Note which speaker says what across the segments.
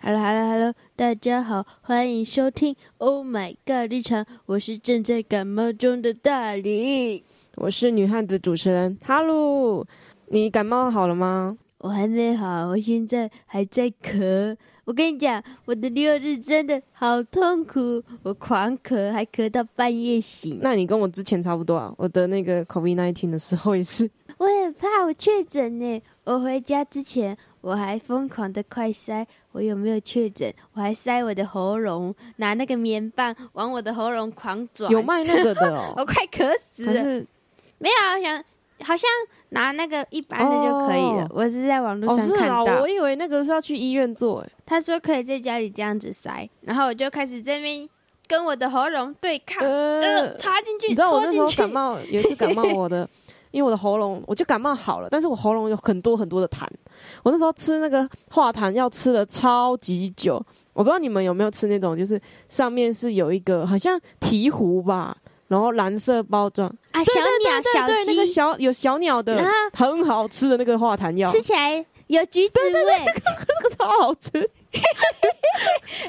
Speaker 1: Hello Hello Hello，大家好，欢迎收听 Oh My God 日常，我是正在感冒中的大李，
Speaker 2: 我是女汉子主持人哈鲁。你感冒好了吗？
Speaker 1: 我还没好，我现在还在咳。我跟你讲，我的六日真的好痛苦，我狂咳，还咳到半夜醒。
Speaker 2: 那你跟我之前差不多啊。我得那个 COVID nineteen 的时候 也是，
Speaker 1: 我很怕我确诊呢。我回家之前，我还疯狂的快塞我有没有确诊，我还塞我的喉咙，拿那个棉棒往我的喉咙狂转，
Speaker 2: 有卖那个的 哦，
Speaker 1: 我快咳死
Speaker 2: 还
Speaker 1: 了。
Speaker 2: 是
Speaker 1: 没有，好像好像拿那个一般的就可以了。
Speaker 2: 哦
Speaker 1: 我是在网络
Speaker 2: 哦
Speaker 1: 上
Speaker 2: 是
Speaker 1: 看
Speaker 2: 啊，
Speaker 1: 到，
Speaker 2: 我以为那个是要去医院做诶。
Speaker 1: 他说可以在家里这样子塞，然后我就开始这边跟我的喉咙对抗，
Speaker 2: 呃
Speaker 1: 呃，插进去，
Speaker 2: 你知道我
Speaker 1: 戳
Speaker 2: 那时
Speaker 1: 进
Speaker 2: 候
Speaker 1: 去，
Speaker 2: 感冒，有一次感冒我 的，因为我的喉咙，我就感冒好了，但是我喉咙有很多很多的痰。我那时候吃那个化痰药吃了超级久，我不知道你们有没有吃那种，就是上面是有一个好像鹈鹕吧，然后蓝色包装，
Speaker 1: 啊，
Speaker 2: 对
Speaker 1: 小鸟、小
Speaker 2: 对对，那个
Speaker 1: 鸡，啊
Speaker 2: 小有小鸟的
Speaker 1: 然，后
Speaker 2: 很好吃的那个化痰药，
Speaker 1: 吃起来有橘子味。
Speaker 2: 那个超好吃，就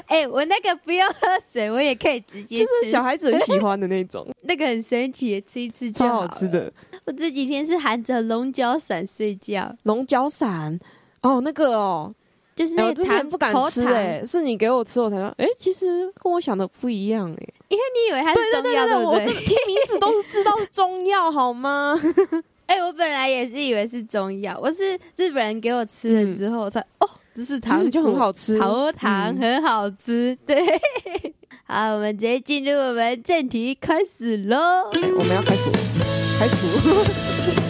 Speaker 1: 哎、我那个不用喝水，我也可以直接
Speaker 2: 是
Speaker 1: 吃，
Speaker 2: 小孩子很喜欢的那种，
Speaker 1: 那个很神奇，吃一 次就
Speaker 2: 超
Speaker 1: 好
Speaker 2: 好
Speaker 1: 了
Speaker 2: 吃。的
Speaker 1: 我这几天是含着龙角散睡觉，
Speaker 2: 龙角散。哦，那个哦，
Speaker 1: 就是
Speaker 2: 哎
Speaker 1: 那
Speaker 2: 我
Speaker 1: 个
Speaker 2: 之
Speaker 1: 糖、
Speaker 2: 前不敢
Speaker 1: 喉
Speaker 2: 吃
Speaker 1: 糖
Speaker 2: 哎、是你给我吃，我才说，哎、其实跟我想的不一样哎、
Speaker 1: 因为你以为它是中药，不
Speaker 2: 我这听名字都是知道是中药好吗？
Speaker 1: 哎、我本来也是以为是中药，我是日本人给我吃了之后，我才哦，这是
Speaker 2: 其
Speaker 1: 糖
Speaker 2: 嗯实就很
Speaker 1: 果，
Speaker 2: 好吃，
Speaker 1: 桃糖、
Speaker 2: 嗯
Speaker 1: 很好吃。对， 好，我们直接进入我们正题开始喽。
Speaker 2: 哎我们要开除，开除。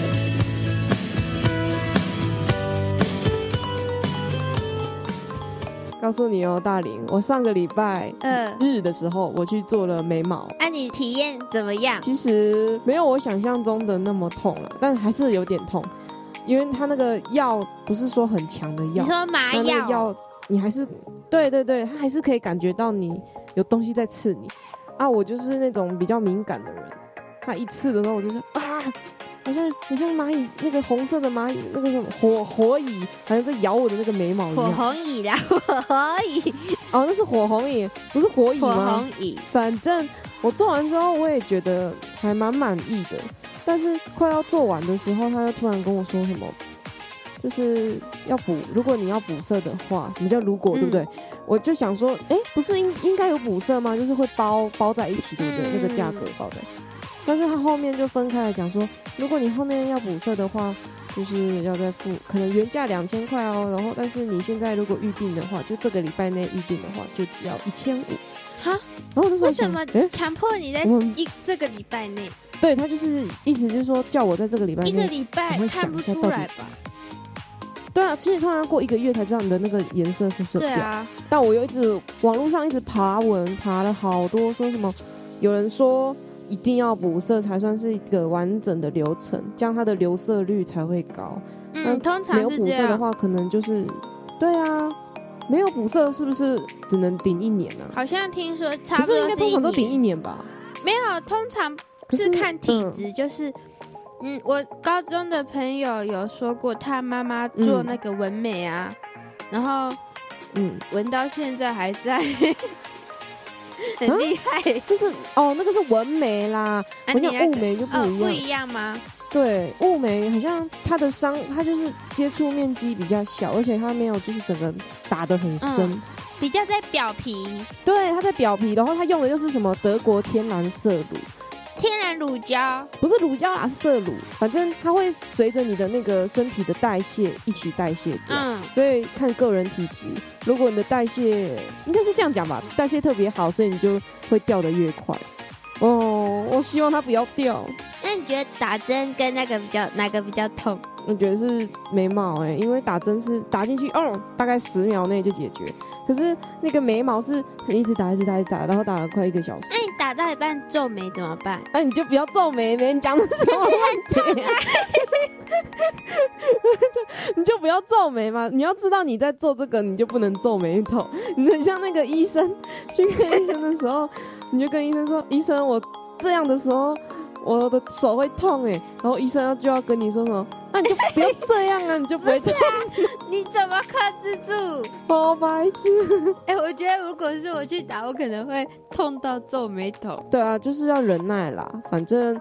Speaker 2: 告诉你哦，大林，我上个礼拜
Speaker 1: 嗯、呃，
Speaker 2: 日的时候，我去做了眉毛，
Speaker 1: 那、你体验怎么样？
Speaker 2: 其实没有我想象中的那么痛了，但还是有点痛，因为它那个药不是说很强的
Speaker 1: 你
Speaker 2: 药，
Speaker 1: 说麻
Speaker 2: 那那
Speaker 1: 药
Speaker 2: 个药你还是对对对，它还是可以感觉到你有东西在刺你啊。我就是那种比较敏感的人，它一刺的时候我就说啊，好像好像蚂蚁那个红色的蚂蚁那个什么火火蚁，好像在咬我的那个眉毛一
Speaker 1: 火
Speaker 2: 样。
Speaker 1: 红蚁啦，火红蚁，
Speaker 2: 哦，那是火红蚁，不是火蚁
Speaker 1: 火
Speaker 2: 吗？
Speaker 1: 红蚁，
Speaker 2: 反正我做完之后，我也觉得还蛮满意的。但是快要做完的时候，他就突然跟我说什么，就是要补，如果你要补色的话，什么叫如果，对不对？我就想说，哎、不是应应该有补色吗？就是会包包在一起，对不对？
Speaker 1: 嗯
Speaker 2: 那个价格包在一起。但是他后面就分开来讲说，如果你后面要补色的话，就是要再付，可能原价两千块哦。然后，但是你现在如果预定的话，就这个礼拜内预定的话，就只要一千五。
Speaker 1: 哈，
Speaker 2: 然后我就说
Speaker 1: 为什么
Speaker 2: 哎、诶
Speaker 1: 强迫你在
Speaker 2: 我们
Speaker 1: 一这个礼拜内，
Speaker 2: 对他就是意思就是说叫我在这个礼拜
Speaker 1: 一个
Speaker 2: 内，
Speaker 1: 礼拜
Speaker 2: 我会
Speaker 1: 看
Speaker 2: 想
Speaker 1: 不
Speaker 2: 一下
Speaker 1: 出
Speaker 2: 到底
Speaker 1: 来吧？
Speaker 2: 对啊，其实通常过一个月才知道你的那个颜色是什么
Speaker 1: 对
Speaker 2: 样。
Speaker 1: 啊，
Speaker 2: 但我又一直网络上一直爬文，爬了好多，说什么有人说一定要补色才算是一个完整的流程，这样它的留色率才会高。
Speaker 1: 嗯，通
Speaker 2: 没
Speaker 1: 常
Speaker 2: 有
Speaker 1: 是
Speaker 2: 补
Speaker 1: 这
Speaker 2: 色的
Speaker 1: 样，
Speaker 2: 话，可能就是对啊，没有补色是不是只能顶一年啊？
Speaker 1: 好像听说差
Speaker 2: 可
Speaker 1: 不多
Speaker 2: 是应该通
Speaker 1: 一
Speaker 2: 常都顶
Speaker 1: 年
Speaker 2: 一年吧？
Speaker 1: 没有，通常
Speaker 2: 可
Speaker 1: 是看体、质，就是，嗯，我高中的朋友有说过，他妈妈做
Speaker 2: 嗯
Speaker 1: 那个纹眉啊，然后
Speaker 2: 嗯，嗯，
Speaker 1: 纹到现在还在，
Speaker 2: 啊
Speaker 1: 很厉害。
Speaker 2: 就是哦，那个是纹眉啦，
Speaker 1: 啊，
Speaker 2: 我
Speaker 1: 你
Speaker 2: 讲
Speaker 1: 那
Speaker 2: 雾
Speaker 1: 个
Speaker 2: 眉就不
Speaker 1: 哦
Speaker 2: 一
Speaker 1: 不
Speaker 2: 样。
Speaker 1: 一样吗？
Speaker 2: 对，雾眉好像它的伤，它就是接触面积比较小，而且它没有就是整个打得很深。
Speaker 1: 嗯比较在表皮，
Speaker 2: 对，它在表皮，然后它用的就是什么德国天然色乳，
Speaker 1: 天然乳胶，
Speaker 2: 不是乳胶啊，色乳，反正它会随着你的那个身体的代谢一起代谢掉。
Speaker 1: 嗯，
Speaker 2: 所以看个人体质，如果你的代谢应该是这样讲吧，代谢特别好，所以你就会掉得越快。哦，我希望它不要掉。
Speaker 1: 那你觉得打针跟那个比较哪个比较痛？
Speaker 2: 我觉得是眉毛哎、欸，因为打针是打进去，哦，大概十秒内就解决。可是那个眉毛是你一直打，一直打，一直打，然后打了快一个小时
Speaker 1: 那。你哎打到一半皱眉怎么办？
Speaker 2: 那、你就不要皱眉，眉，你讲的什么问题、啊？你就不要皱眉嘛！你要知道你在做这个，你就不能皱眉头。你很像那个医生去看医生的时候，你就跟医生说：“医生，欸我这样的时候我的手会痛哎。”然后医生就要跟你说什么：“哎、那你就不要这样啊，你就不会这样，
Speaker 1: 你怎么克制住？
Speaker 2: 好白痴。
Speaker 1: 哎、我觉得如果是我去打，我可能会痛到皱眉头。
Speaker 2: 对啊，就是要忍耐啦。反正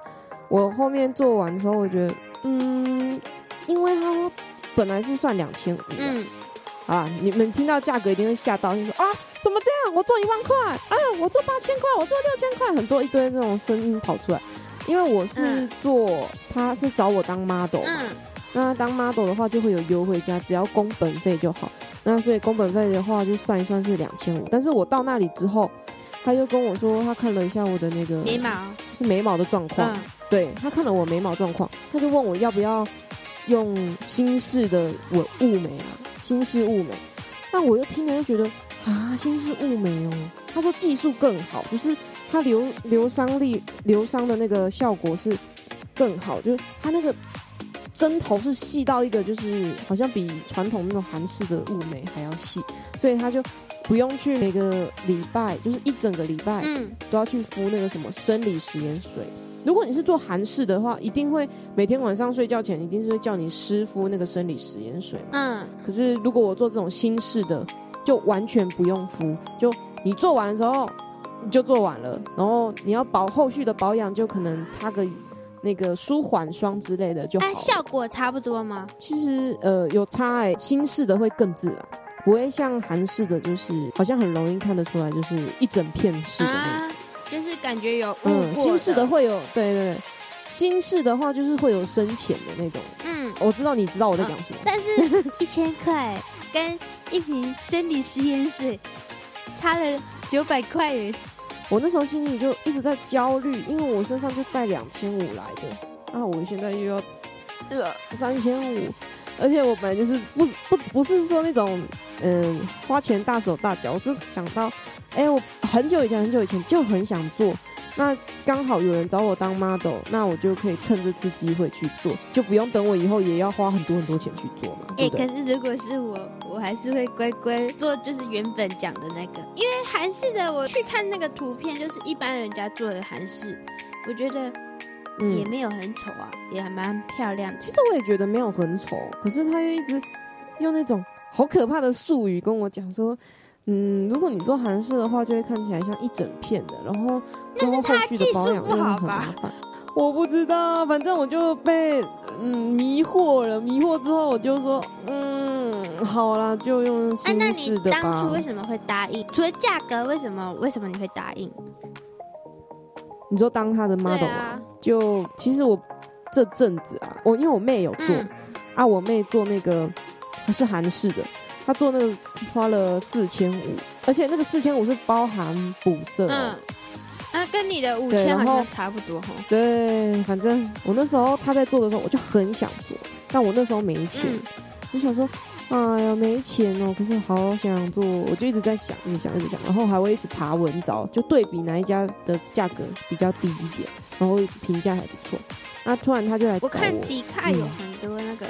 Speaker 2: 我后面做完的时候，我觉得，嗯，因为它本来是算两千五，
Speaker 1: 嗯，
Speaker 2: 啊，你们听到价格一定会吓到，就说啊，怎么这样？我做一万块啊，我做八千块，我做六千块，很多一堆这种声音跑出来。因为我是
Speaker 1: 嗯
Speaker 2: 做，他是找我当 model 嘛，
Speaker 1: 嗯，
Speaker 2: 那当 model 的话就会有优惠价，只要工本费就好。那所以工本费的话就算一算是两千五，但是我到那里之后，他就跟我说，他看了一下我的那个
Speaker 1: 眉毛，
Speaker 2: 是眉毛的状况，
Speaker 1: 嗯，
Speaker 2: 对他看了我眉毛状况，他就问我要不要用新式的我雾眉啊，新式雾眉。那我又听了就觉得啊，新式雾眉哦。他说技术更好，就是它留留伤力留伤的那个效果是更好，就是它那个针头是细到一个就是好像比传统那种韩式的雾眉还要细，所以他就不用去每个礼拜，就是一整个礼拜，
Speaker 1: 嗯，
Speaker 2: 都要去敷那个什么生理食盐水。如果你是做韩式的话，一定会每天晚上睡觉前一定是会叫你湿敷那个生理食盐水。
Speaker 1: 嗯，
Speaker 2: 可是如果我做这种新式的，就完全不用敷，就你做完的时候你就做完了，然后你要保后续的保养就可能擦个那个舒缓霜之类的就好
Speaker 1: 那、
Speaker 2: 了。
Speaker 1: 效果差不多吗？
Speaker 2: 其实呃有差哎、新式的会更自然，不会像韩式的就是好像很容易看得出来，就是一整片式的那
Speaker 1: 啊，
Speaker 2: 种。
Speaker 1: 就是感觉有雾
Speaker 2: 嗯，
Speaker 1: 过
Speaker 2: 新式的，会有，对对对，新式的话就是会有深浅的那种。
Speaker 1: 嗯，
Speaker 2: 我知道你知道我在讲什么，
Speaker 1: 但是一千块跟一瓶生理食盐水差了九百块耶，
Speaker 2: 我那时候心里就一直在焦虑，因为我身上就带两千五来的，啊，我现在又要呃三千五，而且我本来就是不不不是说那种嗯花钱大手大脚，我是想到，哎、我很久以前很久以前就很想做。那刚好有人找我当 model，那我就可以趁这次机会去做，就不用等我以后也要花很多很多钱去做嘛。
Speaker 1: 哎、
Speaker 2: 对不对
Speaker 1: 可是如果是我，我还是会乖乖做，就是原本讲的那个，因为韩式的我去看那个图片，就是一般人家做的韩式，我觉得
Speaker 2: 嗯
Speaker 1: 也没有很丑啊，也还蛮漂亮的
Speaker 2: 其。实我也觉得没有很丑，可是他又一直用那种好可怕的术语跟我讲说，嗯，如果你做韩式的话，就会看起来像一整片的，然后之后后续的保
Speaker 1: 技
Speaker 2: 养
Speaker 1: 术不
Speaker 2: 又
Speaker 1: 好
Speaker 2: 很 麻
Speaker 1: 吧
Speaker 2: 烦。我不知道，反正我就被嗯迷惑了，迷惑之后我就说，嗯，好啦，就用
Speaker 1: 哎、那
Speaker 2: 新式
Speaker 1: 你
Speaker 2: 的吧。
Speaker 1: 当初为什么会答应？除了价格，为什么为什么你会答应？
Speaker 2: 你说当他的 model
Speaker 1: 对
Speaker 2: 吗？
Speaker 1: 啊，
Speaker 2: 就其实我这阵子啊，我因为我妹有做、
Speaker 1: 嗯
Speaker 2: 啊，我妹做那个她是韩式的，她做那个花了四千五，而且那个四千五是包含补色、哦。
Speaker 1: 嗯，啊，跟你的五
Speaker 2: 对
Speaker 1: 千
Speaker 2: 然
Speaker 1: 好
Speaker 2: 后
Speaker 1: 像差不多哈。
Speaker 2: 对，反正我那时候她在做的时候，我就很想做，但我那时候没钱，
Speaker 1: 嗯
Speaker 2: 我想说，哎呀没钱哦，可是好想做，我就一直在想，一直想，一直想，然后还会一直爬文找，就对比哪一家的价格比较低一点，然后评价还不错。那突然他就来找
Speaker 1: 我
Speaker 2: 我
Speaker 1: 看迪卡有
Speaker 2: 嗯
Speaker 1: 很多那个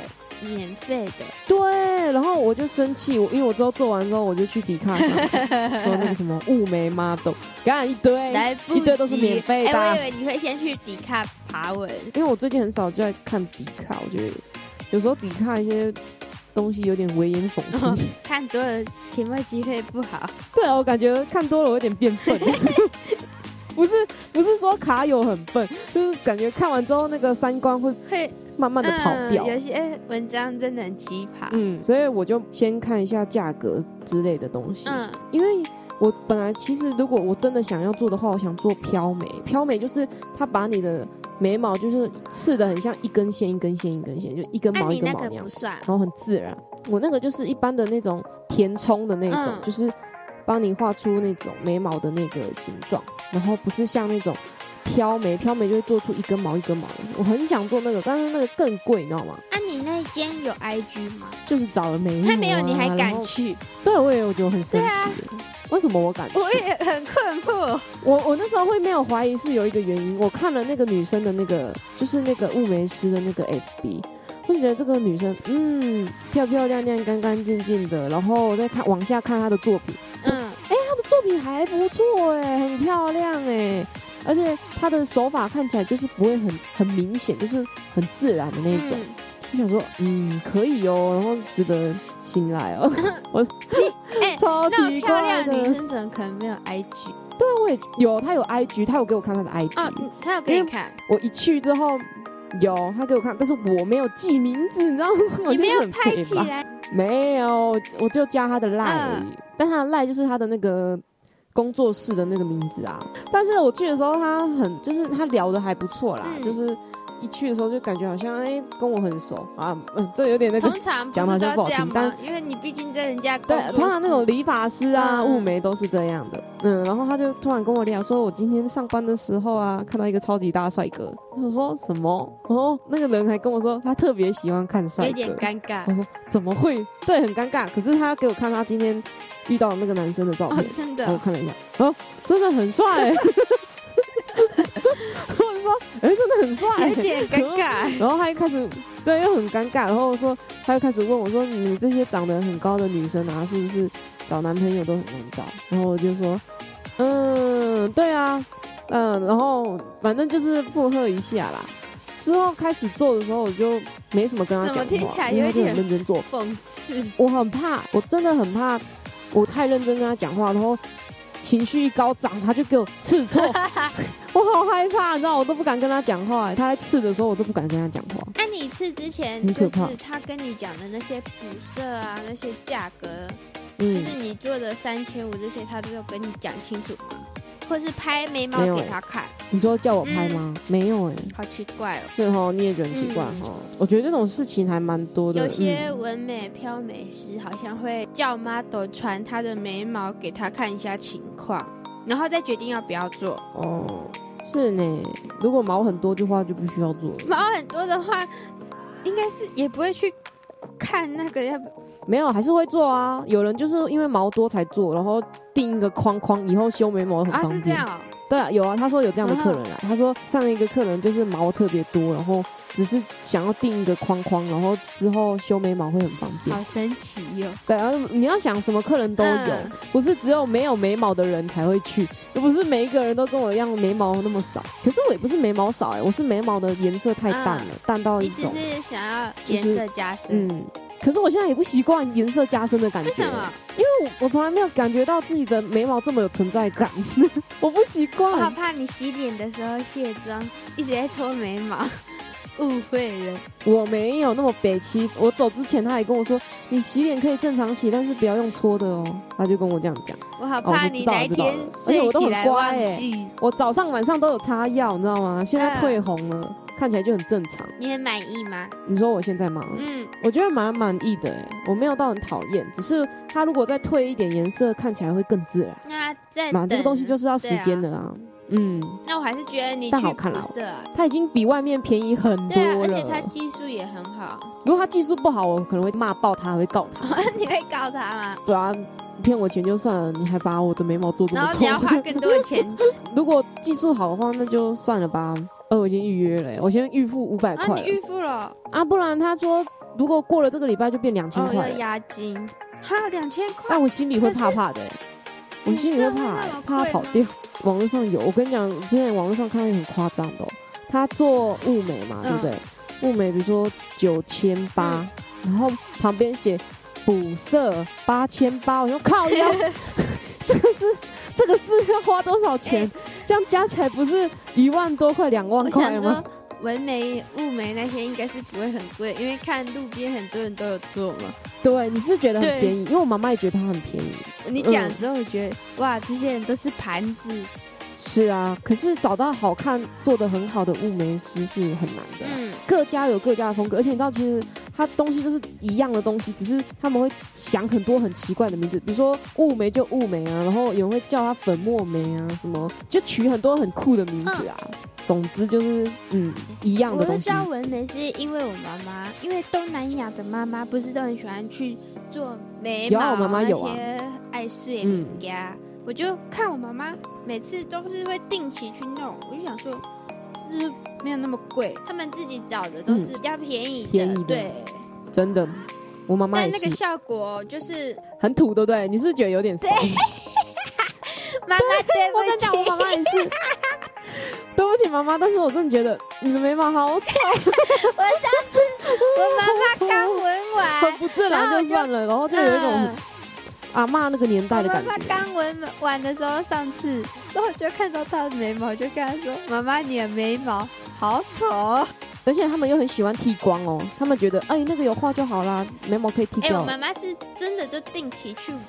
Speaker 1: 免费的，
Speaker 2: 对，然后我就生气，我因为我之后做完之后，我就去迪卡上说那个什么雾眉 model，干一堆，
Speaker 1: 来不及，
Speaker 2: 一堆都是免费的啊
Speaker 1: 哎，我以为你会先去迪卡爬文，
Speaker 2: 因为我最近很少就在看迪卡，我觉得有时候迪卡一些东西有点危言耸 听，
Speaker 1: 看多了题目机会不好。
Speaker 2: 对啊，我感觉看多了我有点变 笨。不是不是说卡友很笨，就是感觉看完之后那个三观会
Speaker 1: 会
Speaker 2: 慢慢的跑掉。
Speaker 1: 嗯有些文章真的很奇葩。嗯
Speaker 2: 嗯，所以我就先看一下价格之类的东西。
Speaker 1: 嗯
Speaker 2: 因为我本来其实如果我真的想要做的话，我想做飘眉。飘眉就是它把你的眉毛就是刺的很像一根线一根线一根线，就一根
Speaker 1: 那
Speaker 2: 毛
Speaker 1: 啊
Speaker 2: 一
Speaker 1: 你
Speaker 2: 根
Speaker 1: 那
Speaker 2: 毛
Speaker 1: 个
Speaker 2: 那样
Speaker 1: 不，算
Speaker 2: 然，后很自然。我那个就是一般的那种填充的那种，
Speaker 1: 嗯
Speaker 2: 就是帮你画出那种眉毛的那个形状，然后不是像那种。飘眉，飘眉就会做出一根毛一根毛的。我很想做那个，但是那个更贵，你知道吗？
Speaker 1: 啊，你那间有 IG 吗？
Speaker 2: 就是找了眉毛、啊，
Speaker 1: 他没有，你还
Speaker 2: 然
Speaker 1: 敢
Speaker 2: 后？
Speaker 1: 去？
Speaker 2: 对，我也我觉得很生
Speaker 1: 对
Speaker 2: 气
Speaker 1: 啊
Speaker 2: 耶、为什么我敢去？
Speaker 1: 我也很困惑。
Speaker 2: 我我那时候会没有怀疑是有一个原因，我看了那个女生的那个，就是那个雾眉师的那个 FB，我就觉得这个女生，嗯，漂漂亮亮、干干净净的，然后我再看往下看她的作品，
Speaker 1: 嗯，
Speaker 2: 她的作品还不错哎、很漂亮哎、而且她的手法看起来就是不会很很明显，就是很自然的那种。
Speaker 1: 嗯
Speaker 2: 就想说，嗯，可以哦，然后值得信赖哦，
Speaker 1: 嗯 哎、
Speaker 2: 超
Speaker 1: 那
Speaker 2: 奇
Speaker 1: 么漂
Speaker 2: 怪
Speaker 1: 亮的女
Speaker 2: 的。
Speaker 1: 生怎么可能没有 IG
Speaker 2: 对啊，我也有，他有 IG，他有给我看他的 IG，、
Speaker 1: 啊？你她有给
Speaker 2: 因
Speaker 1: 你
Speaker 2: 为
Speaker 1: 看，
Speaker 2: 我一去之后。有，他给我看，但是我没有记名字，你知道吗？ 我
Speaker 1: 你
Speaker 2: 就
Speaker 1: 没有
Speaker 2: 很
Speaker 1: 拍
Speaker 2: 配
Speaker 1: 起
Speaker 2: 吧
Speaker 1: 来，嗯
Speaker 2: 没有，我就加他的赖而已。但他的赖就是他的那个工作室的那个名字啊。但是我去的时候，他很就是他聊的还不错啦，
Speaker 1: 嗯
Speaker 2: 就是一去的时候就感觉好像哎、跟我很熟啊，嗯，这有点那个
Speaker 1: 通。常不
Speaker 2: 讲得
Speaker 1: 是
Speaker 2: 好
Speaker 1: 都
Speaker 2: 像
Speaker 1: 要
Speaker 2: 不好
Speaker 1: 这样
Speaker 2: 听
Speaker 1: 吗？因为你毕竟在人家工
Speaker 2: 对，
Speaker 1: 作
Speaker 2: 通常那
Speaker 1: 室
Speaker 2: 种理发师啊、
Speaker 1: 嗯
Speaker 2: 雾眉都是这样的，嗯，然后他就突然跟我聊说，我今天上班的时候啊，看到一个超级大帅哥，我说什么？哦，那个人还跟我说，他特别喜欢看帅哥，嗯
Speaker 1: 有点尴尬
Speaker 2: 我说怎么会？对，很尴尬。可是他给我看他今天遇到的那个男生的照
Speaker 1: 哦
Speaker 2: 片，，
Speaker 1: 真
Speaker 2: 然后我
Speaker 1: 的，
Speaker 2: 看了一下，哦，真的很帅、 欸。我就说，哎、真的很帅、
Speaker 1: 有点尴尬。
Speaker 2: 然后他一开始对又很尴尬，然后我说他又开始问我说：“你这些长得很高的女生啊，是不是找男朋友都很难找？”然后我就说：“嗯，对啊，嗯，然后反正就是附和一下啦。”之后开始做的时候，我就没什么跟他
Speaker 1: 怎
Speaker 2: 讲话，
Speaker 1: 么听起来
Speaker 2: 因
Speaker 1: 有
Speaker 2: 为他就
Speaker 1: 点
Speaker 2: 很认真做。
Speaker 1: 讽刺，
Speaker 2: 我很怕，我真的很怕，我太认真跟他讲话，然后情绪一高涨，他就给我 刺错， 我好害怕，你知道，我都不敢跟他讲话。他在刺的时候，我都不敢跟他讲话。
Speaker 1: 那啊你吃之前就
Speaker 2: 很可
Speaker 1: 是他
Speaker 2: 怕
Speaker 1: 跟你讲的那些补色啊，那些价格，
Speaker 2: 嗯，
Speaker 1: 就是你做的三千五这些，他都有跟你讲清楚吗？或是拍眉毛
Speaker 2: 没有
Speaker 1: 给
Speaker 2: 欸
Speaker 1: 他看，
Speaker 2: 你说叫我拍
Speaker 1: 嗯
Speaker 2: 吗？没有哎、欸，
Speaker 1: 好奇怪哦。嗯
Speaker 2: 是哈，你也觉得很奇怪哈、我觉得这种事情还蛮多的。
Speaker 1: 有些
Speaker 2: 嗯
Speaker 1: 纹美漂美师好像会叫 model 传他的眉毛给他看一下情况，然后再决定要不要做。
Speaker 2: 哦，是呢，如果毛很多的话就不需要做了。
Speaker 1: 毛很多的话，应该是也不会去看那个要不
Speaker 2: 没有，还是会做啊。有人就是因为毛多才做，然后定一个框框，以后修眉毛很
Speaker 1: 啊
Speaker 2: 方便。
Speaker 1: 是这样哦，
Speaker 2: 对啊，有啊，他说有这样的客人来，他说上一个客人就是毛特别多，然后只是想要定一个框框，然后之后修眉毛会很方便。
Speaker 1: 好神奇哟、
Speaker 2: 对啊，你要想什么客人都有，
Speaker 1: 嗯
Speaker 2: 不是只有没有眉毛的人才会去，又不是每一个人都跟我一样眉毛那么少。可是我也不是眉毛少哎、我是眉毛的颜色太淡了，淡到一
Speaker 1: 你只
Speaker 2: 种
Speaker 1: 嗯是想要
Speaker 2: 就是
Speaker 1: 颜色加深，
Speaker 2: 嗯。可是我现在也不习惯颜色加深的感觉，
Speaker 1: 为什么？
Speaker 2: 我我从来没有感觉到自己的眉毛这么有存在感， 我不习
Speaker 1: 我哦好
Speaker 2: 惯。
Speaker 1: 怕你洗脸的时候卸妆一直在搓眉毛， 误会了。
Speaker 2: 我没有那么北七，我走之前他还跟我说，你洗脸可以正常洗，但是不要用搓的哦。他就跟我这样讲。
Speaker 1: 我好
Speaker 2: 哦我
Speaker 1: 怕
Speaker 2: 知
Speaker 1: 你
Speaker 2: 道
Speaker 1: 哪一天睡
Speaker 2: 我知道了而且我都
Speaker 1: 起
Speaker 2: 很
Speaker 1: 来
Speaker 2: 乖
Speaker 1: 忘
Speaker 2: 欸
Speaker 1: 记。
Speaker 2: 我早上晚上都有擦药，你知道吗？现在
Speaker 1: 嗯
Speaker 2: 退红了，看起来就很正常。
Speaker 1: 你很满意吗？
Speaker 2: 你说我现在吗？
Speaker 1: 嗯，
Speaker 2: 我觉得蛮满意的哎，我没有到很讨厌，只是它如果再褪一点颜色，看起来会更自然。
Speaker 1: 那再
Speaker 2: 嘛，
Speaker 1: 等
Speaker 2: 这个东西就是要时间的啊。嗯，
Speaker 1: 那我还是觉得你去
Speaker 2: 但好看啦
Speaker 1: 补色啊，
Speaker 2: 它已经比外面便宜很多
Speaker 1: 对啊，
Speaker 2: 了。
Speaker 1: 而且他技术也很好。
Speaker 2: 如果他技术不好，我可能会骂爆他，还会告他。
Speaker 1: 你会告他吗？
Speaker 2: 对啊，骗我钱就算了，你还把我的眉毛做这
Speaker 1: 然
Speaker 2: 么
Speaker 1: 后
Speaker 2: 丑
Speaker 1: 你。要 花更多的钱
Speaker 2: 如果技术好的话，那就算了吧。呃，我已经预约了欸，我先预付五百
Speaker 1: 啊！
Speaker 2: 块
Speaker 1: 你
Speaker 2: 了
Speaker 1: 预付了
Speaker 2: 啊，不然他说如果过了这个礼拜就变两千
Speaker 1: 哦，要
Speaker 2: 块了，
Speaker 1: 押金，还有两千块，
Speaker 2: 但我心里会怕怕的欸、我心里会
Speaker 1: 女生
Speaker 2: 怕欸、
Speaker 1: 会那么贵
Speaker 2: 怕
Speaker 1: 吗
Speaker 2: 他跑掉。网络上有，我跟你讲，之前网络上看到一个很夸张的哦、他做物美嘛，
Speaker 1: 嗯
Speaker 2: 对不对？物美比如说九千八，
Speaker 1: 嗯
Speaker 2: 然后旁边写补色八千八，我说 靠腰，这个是这个是要花多少钱？
Speaker 1: 哎
Speaker 2: 这样加起来不是一万多块、两万
Speaker 1: 我
Speaker 2: 块
Speaker 1: 想
Speaker 2: 吗
Speaker 1: 说？，纹眉、雾眉那些应该是不会很贵，因为看路边很多人都有做嘛。
Speaker 2: 对，你是觉得很
Speaker 1: 对
Speaker 2: 便宜，因为我妈妈也觉得它很便宜。
Speaker 1: 你
Speaker 2: 嗯
Speaker 1: 讲之后，我觉得、哇，这些人都是盘子，
Speaker 2: 是啊，可是找到好看、做的很好的雾眉师是很难的啦。
Speaker 1: 嗯，
Speaker 2: 各家有各家的风格，而且你知道，其实它东西就是一样的东西，只是他们会想很多很奇怪的名字，比如说雾眉就雾眉啊，然后有人会叫它粉末眉啊，什么就取很多很酷的名字啊。总之就是，嗯，一样
Speaker 1: 我
Speaker 2: 的
Speaker 1: 会
Speaker 2: 东
Speaker 1: 知
Speaker 2: 西。
Speaker 1: 道纹眉是因为我妈妈，因为东南亚的妈妈不是都很喜欢去做眉
Speaker 2: 有
Speaker 1: 毛
Speaker 2: 啊我妈妈有啊
Speaker 1: 那些爱睡美呀、我就看我妈妈每次都是会定期去弄，我就想说，是不是没有那么贵，他们自己找的都是比较便宜的，
Speaker 2: 嗯便宜的
Speaker 1: 对。
Speaker 2: 真的，我妈妈
Speaker 1: 但
Speaker 2: 也
Speaker 1: 那
Speaker 2: 是
Speaker 1: 个效果就是
Speaker 2: 很土，对不对？你是不是觉得有点骚？
Speaker 1: 妈妈对
Speaker 2: 我跟你讲，我
Speaker 1: 不起，
Speaker 2: 妈妈也是。对不起，妈妈，但是我真的觉得你的眉毛好丑，
Speaker 1: 我上次我妈妈刚闻
Speaker 2: 很
Speaker 1: 完，
Speaker 2: 不自然就算了，然后就有一种
Speaker 1: 嗯
Speaker 2: 阿嬷那个年代
Speaker 1: 我
Speaker 2: 的
Speaker 1: 妈
Speaker 2: 感
Speaker 1: 妈
Speaker 2: 觉。
Speaker 1: 刚闻完的时候，上次，然后我就看到她的眉毛，我就跟她说：“妈妈，你的眉毛好丑哦。
Speaker 2: 而且他们又很喜欢剃光哦，他们觉得哎那个有画就好啦，眉毛可以剃
Speaker 1: 哎、我
Speaker 2: 掉。
Speaker 1: 妈妈是真的就定期去闻，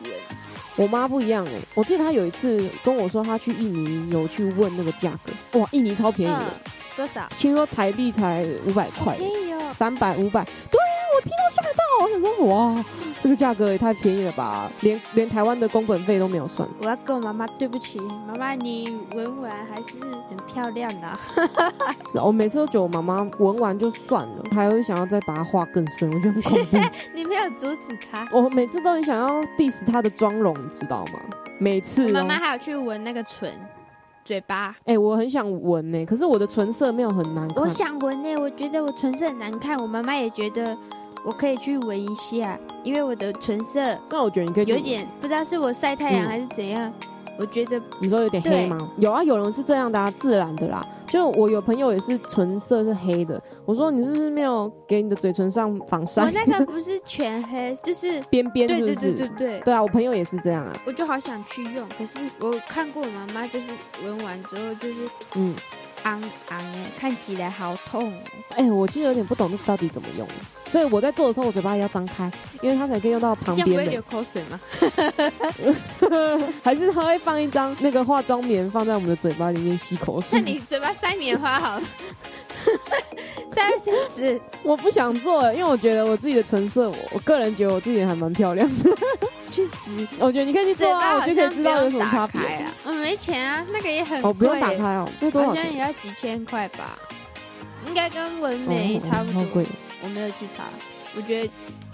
Speaker 2: 我妈不一样哎，我记得她有一次跟我说她去印尼有去问那个价格，哇，印尼超便宜的，，
Speaker 1: 嗯多少？
Speaker 2: 听说台币才五百块，
Speaker 1: 便宜哦，
Speaker 2: 三百五百。对啊，我听到吓到，我想说哇，这个价格也太便宜了吧，连连台湾的工本费都没有算。
Speaker 1: 我要跟我妈妈对不起，妈妈你闻完还是很漂亮的啊、
Speaker 2: 是啊，我每次都觉得我妈妈闻完就算了，还会想要再把它画更深，我觉得很恐怖。
Speaker 1: 你没有阻止她。
Speaker 2: 我每次都很想要 diss 她的妆容，你知道吗？每次、
Speaker 1: 我
Speaker 2: 哦，
Speaker 1: 妈妈还有去闻那个唇、嘴巴。
Speaker 2: 哎、我很想闻呢、可是我的唇色没有很难看。
Speaker 1: 我想闻呢、欸我觉得我唇色很难看，我妈妈也觉得我可以去闻一下，因为我的唇色
Speaker 2: 那我觉得你可以去
Speaker 1: 有一点不知道是我晒太阳
Speaker 2: 嗯
Speaker 1: 还是怎样，我觉得
Speaker 2: 你说有点黑吗？有啊，有人是这样的、啊，自然的啦。就我有朋友也是唇色是黑的，我说你是不是没有给你的嘴唇上防
Speaker 1: 我
Speaker 2: 晒
Speaker 1: 那个不是全黑，就是
Speaker 2: 边边，
Speaker 1: 对
Speaker 2: 是不
Speaker 1: 对
Speaker 2: 是？
Speaker 1: 对对对，
Speaker 2: 对啊，我朋友也是这样啊。
Speaker 1: 我就好想去用，可是我看过我妈妈就是闻完之后就是
Speaker 2: 嗯，
Speaker 1: 昂昂哎，看起来好痛、哦。
Speaker 2: 哎、我其实有点不懂那个到底怎么用，啊所以我在做的时候我嘴巴也要张开，因为它才可以用到旁
Speaker 1: 这样不会
Speaker 2: 边
Speaker 1: 流
Speaker 2: 的，
Speaker 1: 口水 吗？
Speaker 2: 还是它会放一张那个化妆棉放在我们的嘴巴里面吸口
Speaker 1: 那
Speaker 2: 水。
Speaker 1: 你嘴巴塞棉花好了， 塞卫生纸。
Speaker 2: 我不想做了，因为我觉得我自己的唇色，我我个人觉得我自己还蛮漂亮的。
Speaker 1: 去死！
Speaker 2: 我觉得你可以去
Speaker 1: 嘴
Speaker 2: 做
Speaker 1: 巴
Speaker 2: 啊，我
Speaker 1: 好
Speaker 2: 就可以
Speaker 1: 像
Speaker 2: 知
Speaker 1: 不
Speaker 2: 道有
Speaker 1: 用
Speaker 2: 什么
Speaker 1: 打
Speaker 2: 差别。
Speaker 1: 开啊，嗯，没钱啊，那个也很贵、
Speaker 2: 哦，不用打开哦，那多
Speaker 1: 好
Speaker 2: 少
Speaker 1: 像也
Speaker 2: 钱？
Speaker 1: 要几千块吧，应该跟纹
Speaker 2: 哦
Speaker 1: 眉差不
Speaker 2: 好
Speaker 1: 多。
Speaker 2: 贵。
Speaker 1: 我没有去查，我觉得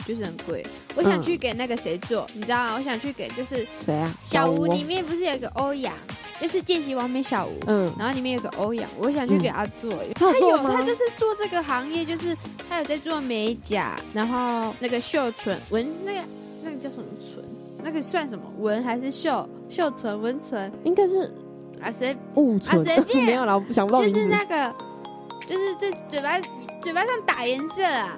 Speaker 1: 就是很贵。
Speaker 2: 嗯
Speaker 1: 我想去给那个谁做，你知道吗？我想去给就是
Speaker 2: 谁啊？
Speaker 1: 小
Speaker 2: 吴
Speaker 1: 吴
Speaker 2: 哦
Speaker 1: 里面不是有一个欧阳，就是见习王美小吴，
Speaker 2: 嗯，
Speaker 1: 然后里面有个欧阳，我想去给他做。
Speaker 2: 他有
Speaker 1: 他有
Speaker 2: 做吗
Speaker 1: 他就是做这个行业，就是他有在做美甲，然后那个绣唇纹，那个那个叫什么唇？那个算什么纹还是绣绣唇纹唇
Speaker 2: 应该是
Speaker 1: 啊？谁
Speaker 2: 雾
Speaker 1: 啊
Speaker 2: 唇
Speaker 1: 随，便
Speaker 2: 没有啦，我想不到
Speaker 1: 就
Speaker 2: 名
Speaker 1: 是
Speaker 2: 字。
Speaker 1: 那个，就是这嘴巴嘴巴上打颜色啊。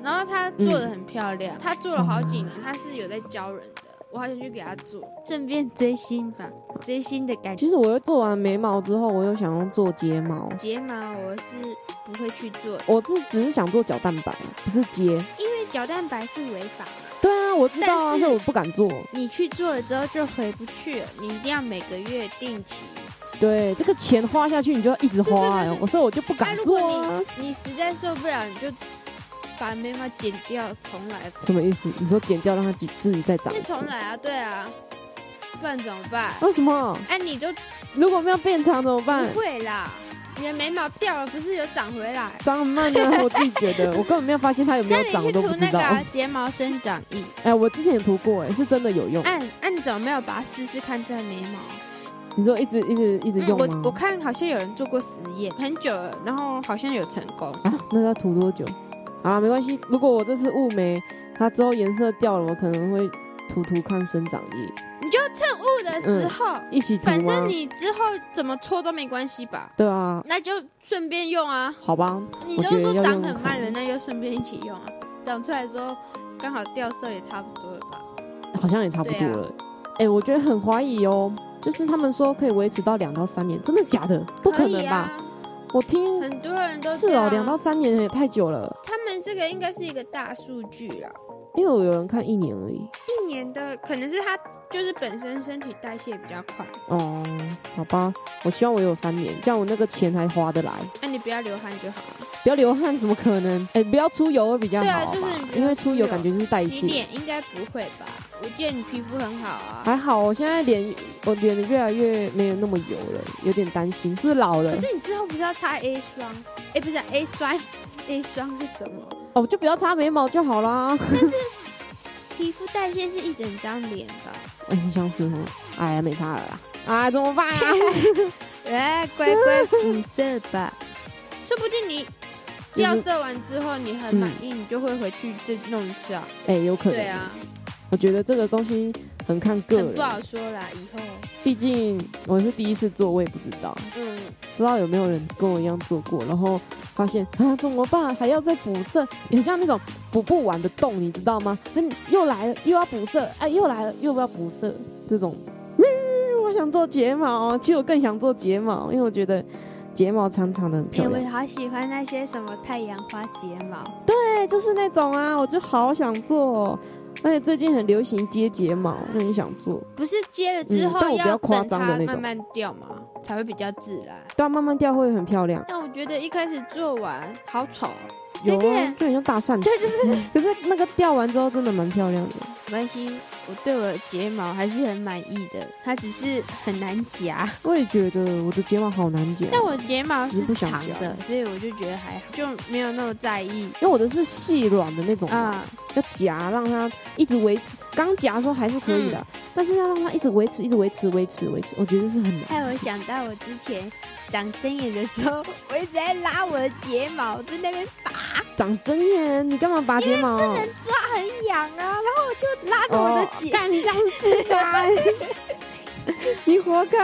Speaker 1: 然后他做
Speaker 2: 嗯
Speaker 1: 的很漂亮，他做了好几年，他是有在教人的。我好想去给他做，顺便追星吧，追星的感觉。
Speaker 2: 其实我又做完眉毛之后，我又想要做睫毛，
Speaker 1: 睫毛我是不会去做的，
Speaker 2: 我是只是想做角蛋白，不是睫。
Speaker 1: 因为角蛋白是违法的。
Speaker 2: 对啊，我知道啊，
Speaker 1: 但是
Speaker 2: 所以我不敢做。
Speaker 1: 你去做了之后就回不去了，你一定要每个月定期。
Speaker 2: 对，这个钱花下去，你就要一直花、
Speaker 1: 对对对对哎
Speaker 2: 我所以我就不敢
Speaker 1: 那如
Speaker 2: 做
Speaker 1: 果
Speaker 2: 啊。
Speaker 1: 你实在受不了，你就把眉毛剪掉，重来，
Speaker 2: 什么意思？你说剪掉让它自己自己再长
Speaker 1: 就
Speaker 2: 一次？
Speaker 1: 重来啊，对啊，不然怎么办？
Speaker 2: 为什么？
Speaker 1: 哎、你就
Speaker 2: 如果没有变长怎么办
Speaker 1: 不？会啦，你的眉毛掉了，不是有长回来？
Speaker 2: 长很慢呢、我自己觉 得，我根本没有发现它有没
Speaker 1: 那
Speaker 2: 有
Speaker 1: 你
Speaker 2: 长，我
Speaker 1: 去
Speaker 2: 都
Speaker 1: 涂
Speaker 2: 不
Speaker 1: 那
Speaker 2: 知
Speaker 1: 个
Speaker 2: 道。
Speaker 1: 啊、睫毛生长液，
Speaker 2: 哎、我之前也涂过、哎，是真的有用。
Speaker 1: 按按你怎么没有把它试试看这个眉毛？
Speaker 2: 你说一直一直一直
Speaker 1: 嗯
Speaker 2: 用吗？
Speaker 1: 我我看好像有人做过实验，很久了，然后好像有成功。
Speaker 2: 啊，那要涂多久？啊，没关系，如果我这次雾眉，它之后颜色掉了，我可能会涂涂看生长液，
Speaker 1: 你就趁雾的时候。
Speaker 2: 一嗯起涂啊吗？
Speaker 1: 反正你之后怎么搓都没关系吧，
Speaker 2: 对啊，
Speaker 1: 那就顺便用啊。
Speaker 2: 好吧，
Speaker 1: 你
Speaker 2: 我
Speaker 1: 都
Speaker 2: 觉得
Speaker 1: 说
Speaker 2: 要
Speaker 1: 长
Speaker 2: 用
Speaker 1: 很慢
Speaker 2: 看
Speaker 1: 了，那就顺便一起用啊。长出来之后刚好掉色也差不多了吧？
Speaker 2: 好像也差不多
Speaker 1: 对啊
Speaker 2: 了。哎、我觉得很怀疑哦，就是他们说可以维持到两到三年，真的假的？不可能
Speaker 1: 以
Speaker 2: 吧？
Speaker 1: 啊，
Speaker 2: 我听
Speaker 1: 很多人都这
Speaker 2: 是哦，
Speaker 1: 样
Speaker 2: 两到三年也太久了，
Speaker 1: 他们这个应该是一个大数据啦，
Speaker 2: 因为我有人看一年而已。
Speaker 1: 一年的可能是他就是本身身体代谢比较快，
Speaker 2: 哦、好吧，我希望我有三年，这样我那个钱还花得来。
Speaker 1: 那你不要流汗就好啊了。
Speaker 2: 不要流汗，怎么可能？哎、不要出油会比较
Speaker 1: 对啊
Speaker 2: 好吧？
Speaker 1: 就是不要
Speaker 2: 因为出油
Speaker 1: 出油
Speaker 2: 感觉就是代
Speaker 1: 你
Speaker 2: 谢。
Speaker 1: 脸应该不会吧？我记得你皮肤很好啊，
Speaker 2: 还好，我现在脸我脸越来越没有那么油了，有点担心，是不是老了
Speaker 1: 可？是你之后不是要擦 A 霜？哎，不是啊 A 酸，A 霜是什么？
Speaker 2: 哦，就不要擦眉毛就好啦。
Speaker 1: 皮肤代谢是一整张脸吧？
Speaker 2: 哎、像是哦，哎呀，没擦了啦。啊，怎么办啊？
Speaker 1: 哎，乖乖补色吧，说不定你掉色完之后你嗯很满意，你就会回去再弄一次啊。
Speaker 2: 哎、有可能。
Speaker 1: 对啊，
Speaker 2: 我觉得这个东西很看个
Speaker 1: 很不好
Speaker 2: 人。
Speaker 1: 说啦，以后，
Speaker 2: 毕竟我是第一次做，我也不知道，
Speaker 1: 嗯，
Speaker 2: 不知道有没有人跟我一样做过，然后发现啊怎么办，还要再补色，很像那种补不完的洞，你知道吗？嗯，又来了，又要补色，哎，又来了，又要补色，这种。嗯， 我想做睫毛，其实我更想做睫毛，因为我觉得睫毛长长的很
Speaker 1: 哎、
Speaker 2: 漂亮
Speaker 1: 我。好喜欢那些什么太阳花睫毛，
Speaker 2: 对，就是那种啊，我就好想做、哦。而且最近很流行接睫毛，那你想做？
Speaker 1: 不是接了之
Speaker 2: 嗯
Speaker 1: 后
Speaker 2: 但我比较夸
Speaker 1: 等
Speaker 2: 张
Speaker 1: 它
Speaker 2: 的那
Speaker 1: 慢
Speaker 2: 种
Speaker 1: 慢掉嘛，才会比较自然。
Speaker 2: 对啊，慢慢掉会很漂亮。
Speaker 1: 但我觉得一开始做完好丑，哦
Speaker 2: 有
Speaker 1: 而
Speaker 2: 啊
Speaker 1: 且，
Speaker 2: 就很像大蒜头。
Speaker 1: 对对对，
Speaker 2: 可是那个掉完之后真的蛮漂亮的。
Speaker 1: 没关系，我对我的睫毛还是很满意的，它只是很难 夹。
Speaker 2: 我也觉得我的睫毛好难剪，
Speaker 1: 但我睫毛
Speaker 2: 你
Speaker 1: 是
Speaker 2: 不想
Speaker 1: 长
Speaker 2: 夹
Speaker 1: 的，所以我就觉得还好，就没有那么在意
Speaker 2: 因为我的是细软的那种，
Speaker 1: 啊。
Speaker 2: 要夹让它一直维持。刚夹的时候还是可以的，
Speaker 1: 嗯
Speaker 2: 但是要让它一直维持，一直维持，维持，维持，我觉得是很难。
Speaker 1: 害我想到我之前长针眼的时候，我一直在拉我的睫毛，在那边拔，
Speaker 2: 长针眼，你干嘛拔睫毛？
Speaker 1: 抓很痒啊，然后我就拉着我的睫，
Speaker 2: 干你这样是自杀欸，你活该。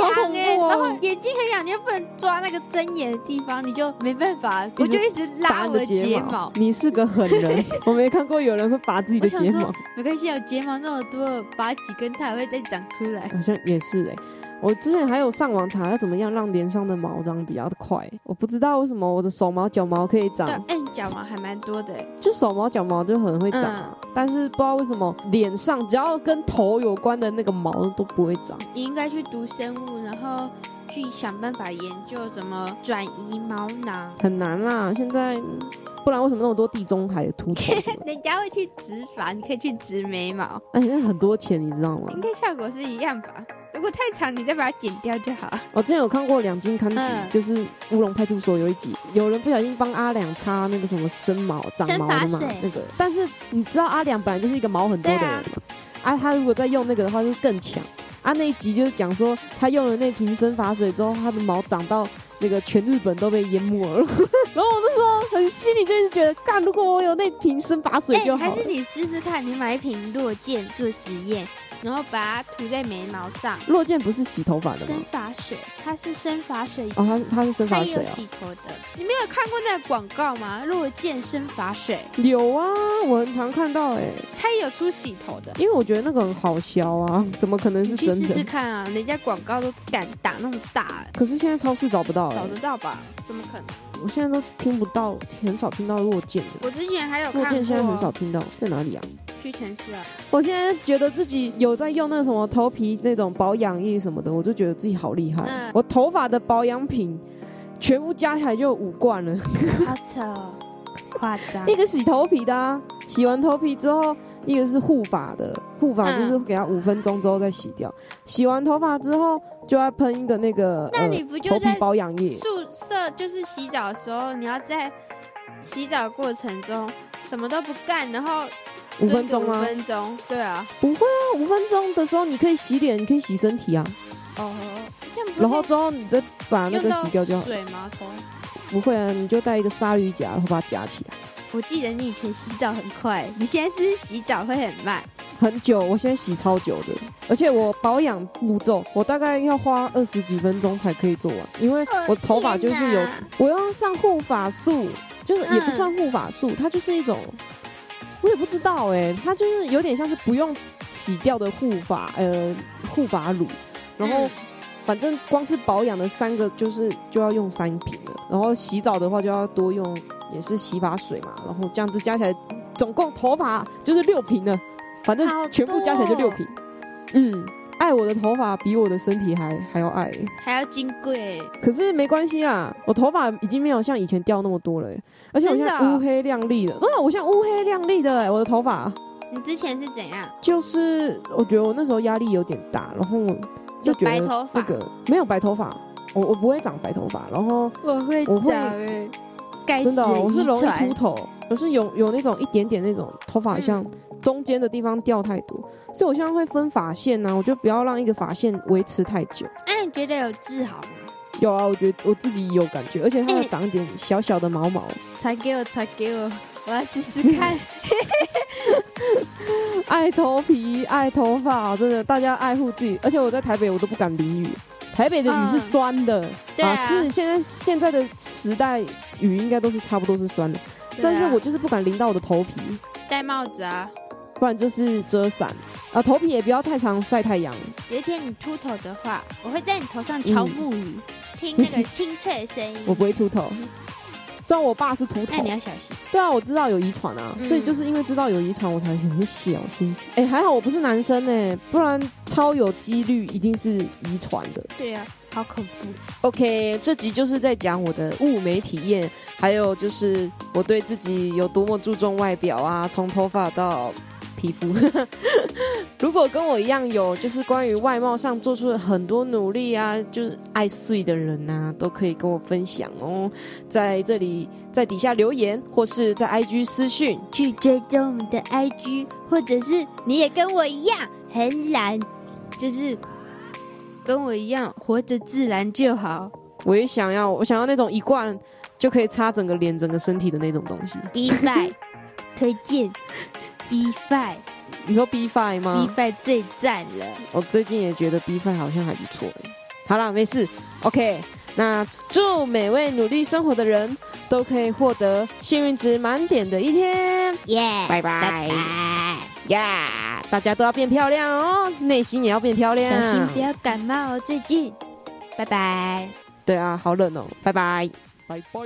Speaker 2: 好
Speaker 1: 很痒
Speaker 2: 恐
Speaker 1: 哎、
Speaker 2: 怖哦
Speaker 1: 然后眼睛很痒，你又不能抓那个针眼的地方，你就没办法，我就一直拉
Speaker 2: 拔
Speaker 1: 我
Speaker 2: 你
Speaker 1: 的
Speaker 2: 的
Speaker 1: 睫
Speaker 2: 睫
Speaker 1: 毛
Speaker 2: 毛，。你是个狠人，我没看过有人会拔自己的
Speaker 1: 我想
Speaker 2: 睫
Speaker 1: 说
Speaker 2: 毛，
Speaker 1: 没关系，我睫毛那么多，拔几根它还会再长出来。
Speaker 2: 好像也是哎、我之前还有上网查要怎么样让脸上的毛长比较快，我不知道为什么我的手毛、脚毛可以
Speaker 1: 对
Speaker 2: 长，，
Speaker 1: 哎、你脚毛还蛮多的、欸，
Speaker 2: 就手毛、脚毛就很会长
Speaker 1: 嗯
Speaker 2: 啊，但是不知道为什么脸上只要跟头有关的那个毛都不会长。
Speaker 1: 你应该去读生物，然后去想办法研究怎么转移毛囊。
Speaker 2: 很难啦，现在嗯不然为什么那么多地中海的秃头什么的？
Speaker 1: 人家会去植发，你可以去植眉毛，
Speaker 2: 哎，那很多钱你知道吗？
Speaker 1: 应该效果是一样吧？如果太长，你再把它剪掉就好。
Speaker 2: 哦我之前有看过两金刊集，
Speaker 1: 嗯
Speaker 2: 就是《乌龙派出所》有一集，有人不小心帮阿两擦那个什么生毛长毛的
Speaker 1: 生发
Speaker 2: 嘛
Speaker 1: 水，
Speaker 2: 那个。但是你知道阿两本来就是一个毛很多的人嘛，啊他如果再用那个的话就更强。啊那一集就是讲说他用了那瓶生发水之后，他的毛长到那个全日本都被淹没了。 然后我那时候很心里就是觉得，干如果我有那瓶生发水就好
Speaker 1: 哎还
Speaker 2: 了。
Speaker 1: 是你试试看，你买一瓶落剑做实验，然后把它涂在眉毛上。
Speaker 2: 落剑不是洗头发的吗
Speaker 1: 生？发水，它是生发水，
Speaker 2: 哦，他是他是生
Speaker 1: 它
Speaker 2: 发
Speaker 1: 也
Speaker 2: 水
Speaker 1: 有
Speaker 2: 啊。
Speaker 1: 洗头的。你没有看过那个广告吗？落剑生发水，
Speaker 2: 有啊，我很常看到哎、
Speaker 1: 它也有出洗头的。
Speaker 2: 因为我觉得那个很好笑啊， 怎么可能是
Speaker 1: 你
Speaker 2: 真
Speaker 1: 去
Speaker 2: 的？
Speaker 1: 试试看啊，人家广告都敢打那么大、
Speaker 2: 可是现在超市找不到了、
Speaker 1: 找得到吧？怎么可能？
Speaker 2: 我现在都听不到，很少听到落剑的。
Speaker 1: 我之前还有看
Speaker 2: 落
Speaker 1: 过，
Speaker 2: 剑现在很少听到，在哪里啊？
Speaker 1: 屈臣氏啊，
Speaker 2: 我现在觉得自己有在用那个什么头皮那种保养液什么的，我就觉得自己好厉害。
Speaker 1: 嗯
Speaker 2: 我头发的保养品全部加起来就有五罐了，
Speaker 1: 好扯、哦，夸张
Speaker 2: 一。个洗头皮的、啊，洗完头皮之后，一个是护发的，护发就是
Speaker 1: 嗯
Speaker 2: 给它五分钟之后再洗掉。洗完头发之后就要喷一个那个
Speaker 1: 那
Speaker 2: 呃
Speaker 1: 你不就
Speaker 2: 头皮
Speaker 1: 在
Speaker 2: 保养液。
Speaker 1: 宿舍就是洗澡的时候，你要在洗澡过程中什么都不干，然后
Speaker 2: 五分钟
Speaker 1: 蹲个
Speaker 2: 吗
Speaker 1: 五？分钟，对啊，
Speaker 2: 不会啊，五分钟的时候你可以洗脸，你可以洗身体啊，
Speaker 1: 哦，这样不
Speaker 2: 然后
Speaker 1: 会
Speaker 2: 之后你再把那个洗掉就
Speaker 1: 用
Speaker 2: 好
Speaker 1: 到。水毛头。
Speaker 2: 不会啊，你就带一个鲨鱼夹，然后把它夹起来。
Speaker 1: 我记得你以前洗澡很快，你现在是洗澡会很慢，
Speaker 2: 很久，我现在洗超久的，而且我保养步骤，我大概要花二十几分钟才可以做完，因为我头发就是有
Speaker 1: 呃天，哪
Speaker 2: 我要上护发素，就是也
Speaker 1: 嗯
Speaker 2: 不算护发素，它就是一种，我也不知道哎、它就是有点像是不用洗掉的护发呃护发乳，然后
Speaker 1: 嗯
Speaker 2: 反正光是保养的三个就是就要用三瓶了，然后洗澡的话就要多用也是洗发水嘛，然后这样子加起来总共头发就是六瓶了，反正
Speaker 1: 好多哦
Speaker 2: 全部加起来就六瓶。嗯，爱我的头发比我的身体还还要爱，
Speaker 1: 还要金贵，
Speaker 2: 可是没关系啦，我头发已经没有像以前掉那么多了、而且我现
Speaker 1: 真的
Speaker 2: 在
Speaker 1: 啊
Speaker 2: 乌黑亮丽了，真的，我现在乌黑亮丽的、我的头发
Speaker 1: 你之前是怎样？
Speaker 2: 就是我觉得我那时候压力有点大，然后我就觉
Speaker 1: 白
Speaker 2: 得
Speaker 1: 头
Speaker 2: 那
Speaker 1: 发，
Speaker 2: 个没有白头发，我我不会长白头发，然后
Speaker 1: 我会
Speaker 2: 我会
Speaker 1: 找人，该
Speaker 2: 真的哦、
Speaker 1: 哎死
Speaker 2: 我是
Speaker 1: 遗
Speaker 2: 容易
Speaker 1: 传
Speaker 2: 秃头，我是有有那种一点点那种头发像
Speaker 1: 嗯
Speaker 2: 中间的地方掉太多，所以我现在会分发线啊呢、我就不要让一个发线维持太久。
Speaker 1: 哎、你觉得有治好吗？
Speaker 2: 有啊，我觉得我自己有感觉，而且它
Speaker 1: 哎
Speaker 2: 会长一点小小的毛毛，
Speaker 1: 传给我，传给我，我要试试看。
Speaker 2: 爱头皮，爱头发，真的，大家爱护自己。而且我在台北，我都不敢淋雨，台北的雨是
Speaker 1: 嗯
Speaker 2: 酸的、
Speaker 1: 对啊
Speaker 2: 其实现在现在的时代，雨应该都是差不多是酸的，
Speaker 1: 对
Speaker 2: 但是
Speaker 1: 啊
Speaker 2: 我就是不敢淋到我的头皮，
Speaker 1: 戴帽子啊，
Speaker 2: 不然就是遮伞啊。头皮也不要太常晒太阳，
Speaker 1: 有一天你秃头的话，我会在你头上敲木鱼，听那个清脆的声音。
Speaker 2: 我不会秃头。虽然我爸是秃
Speaker 1: 嗯那
Speaker 2: 头
Speaker 1: 你，要小心。
Speaker 2: 对啊，我知道有遗传啊，
Speaker 1: 嗯
Speaker 2: 所以就是因为知道有遗传，我才很小心。哎、还好我不是男生呢、不然超有几率一定是遗传的。
Speaker 1: 对啊，好恐怖。
Speaker 2: OK，这集就是在讲我的雾眉体验，还有就是我对自己有多么注重外表啊，从头发到皮肤。 如果跟我一样有就是关于外貌上做出了很多努力啊，就是爱碎的人呐、都可以跟我分享哦。在这里在底下留言，或是在 IG 私讯。
Speaker 1: 去追踪我们的 IG，或者是你也跟我一样很懒，就是跟我一样活着自然就好。
Speaker 2: 我也想要，我想要那种一罐就可以擦整个脸、整个身体的那种东西。
Speaker 1: B Five 推荐，B Five
Speaker 2: 你说 B Five 吗
Speaker 1: B Five 最赞了，
Speaker 2: 我最近也觉得 B 饭好像还不错哎。好啦，没事，OK。那祝每位努力生活的人都可以获得幸运值满点的一天，
Speaker 1: 耶、
Speaker 2: 拜
Speaker 1: 拜
Speaker 2: 拜
Speaker 1: 拜，
Speaker 2: 呀大家都要变漂亮哦，内心也要变漂亮。
Speaker 1: 小心不要感冒哦，最近，拜拜。
Speaker 2: 对啊，好冷哦，拜拜，拜拜。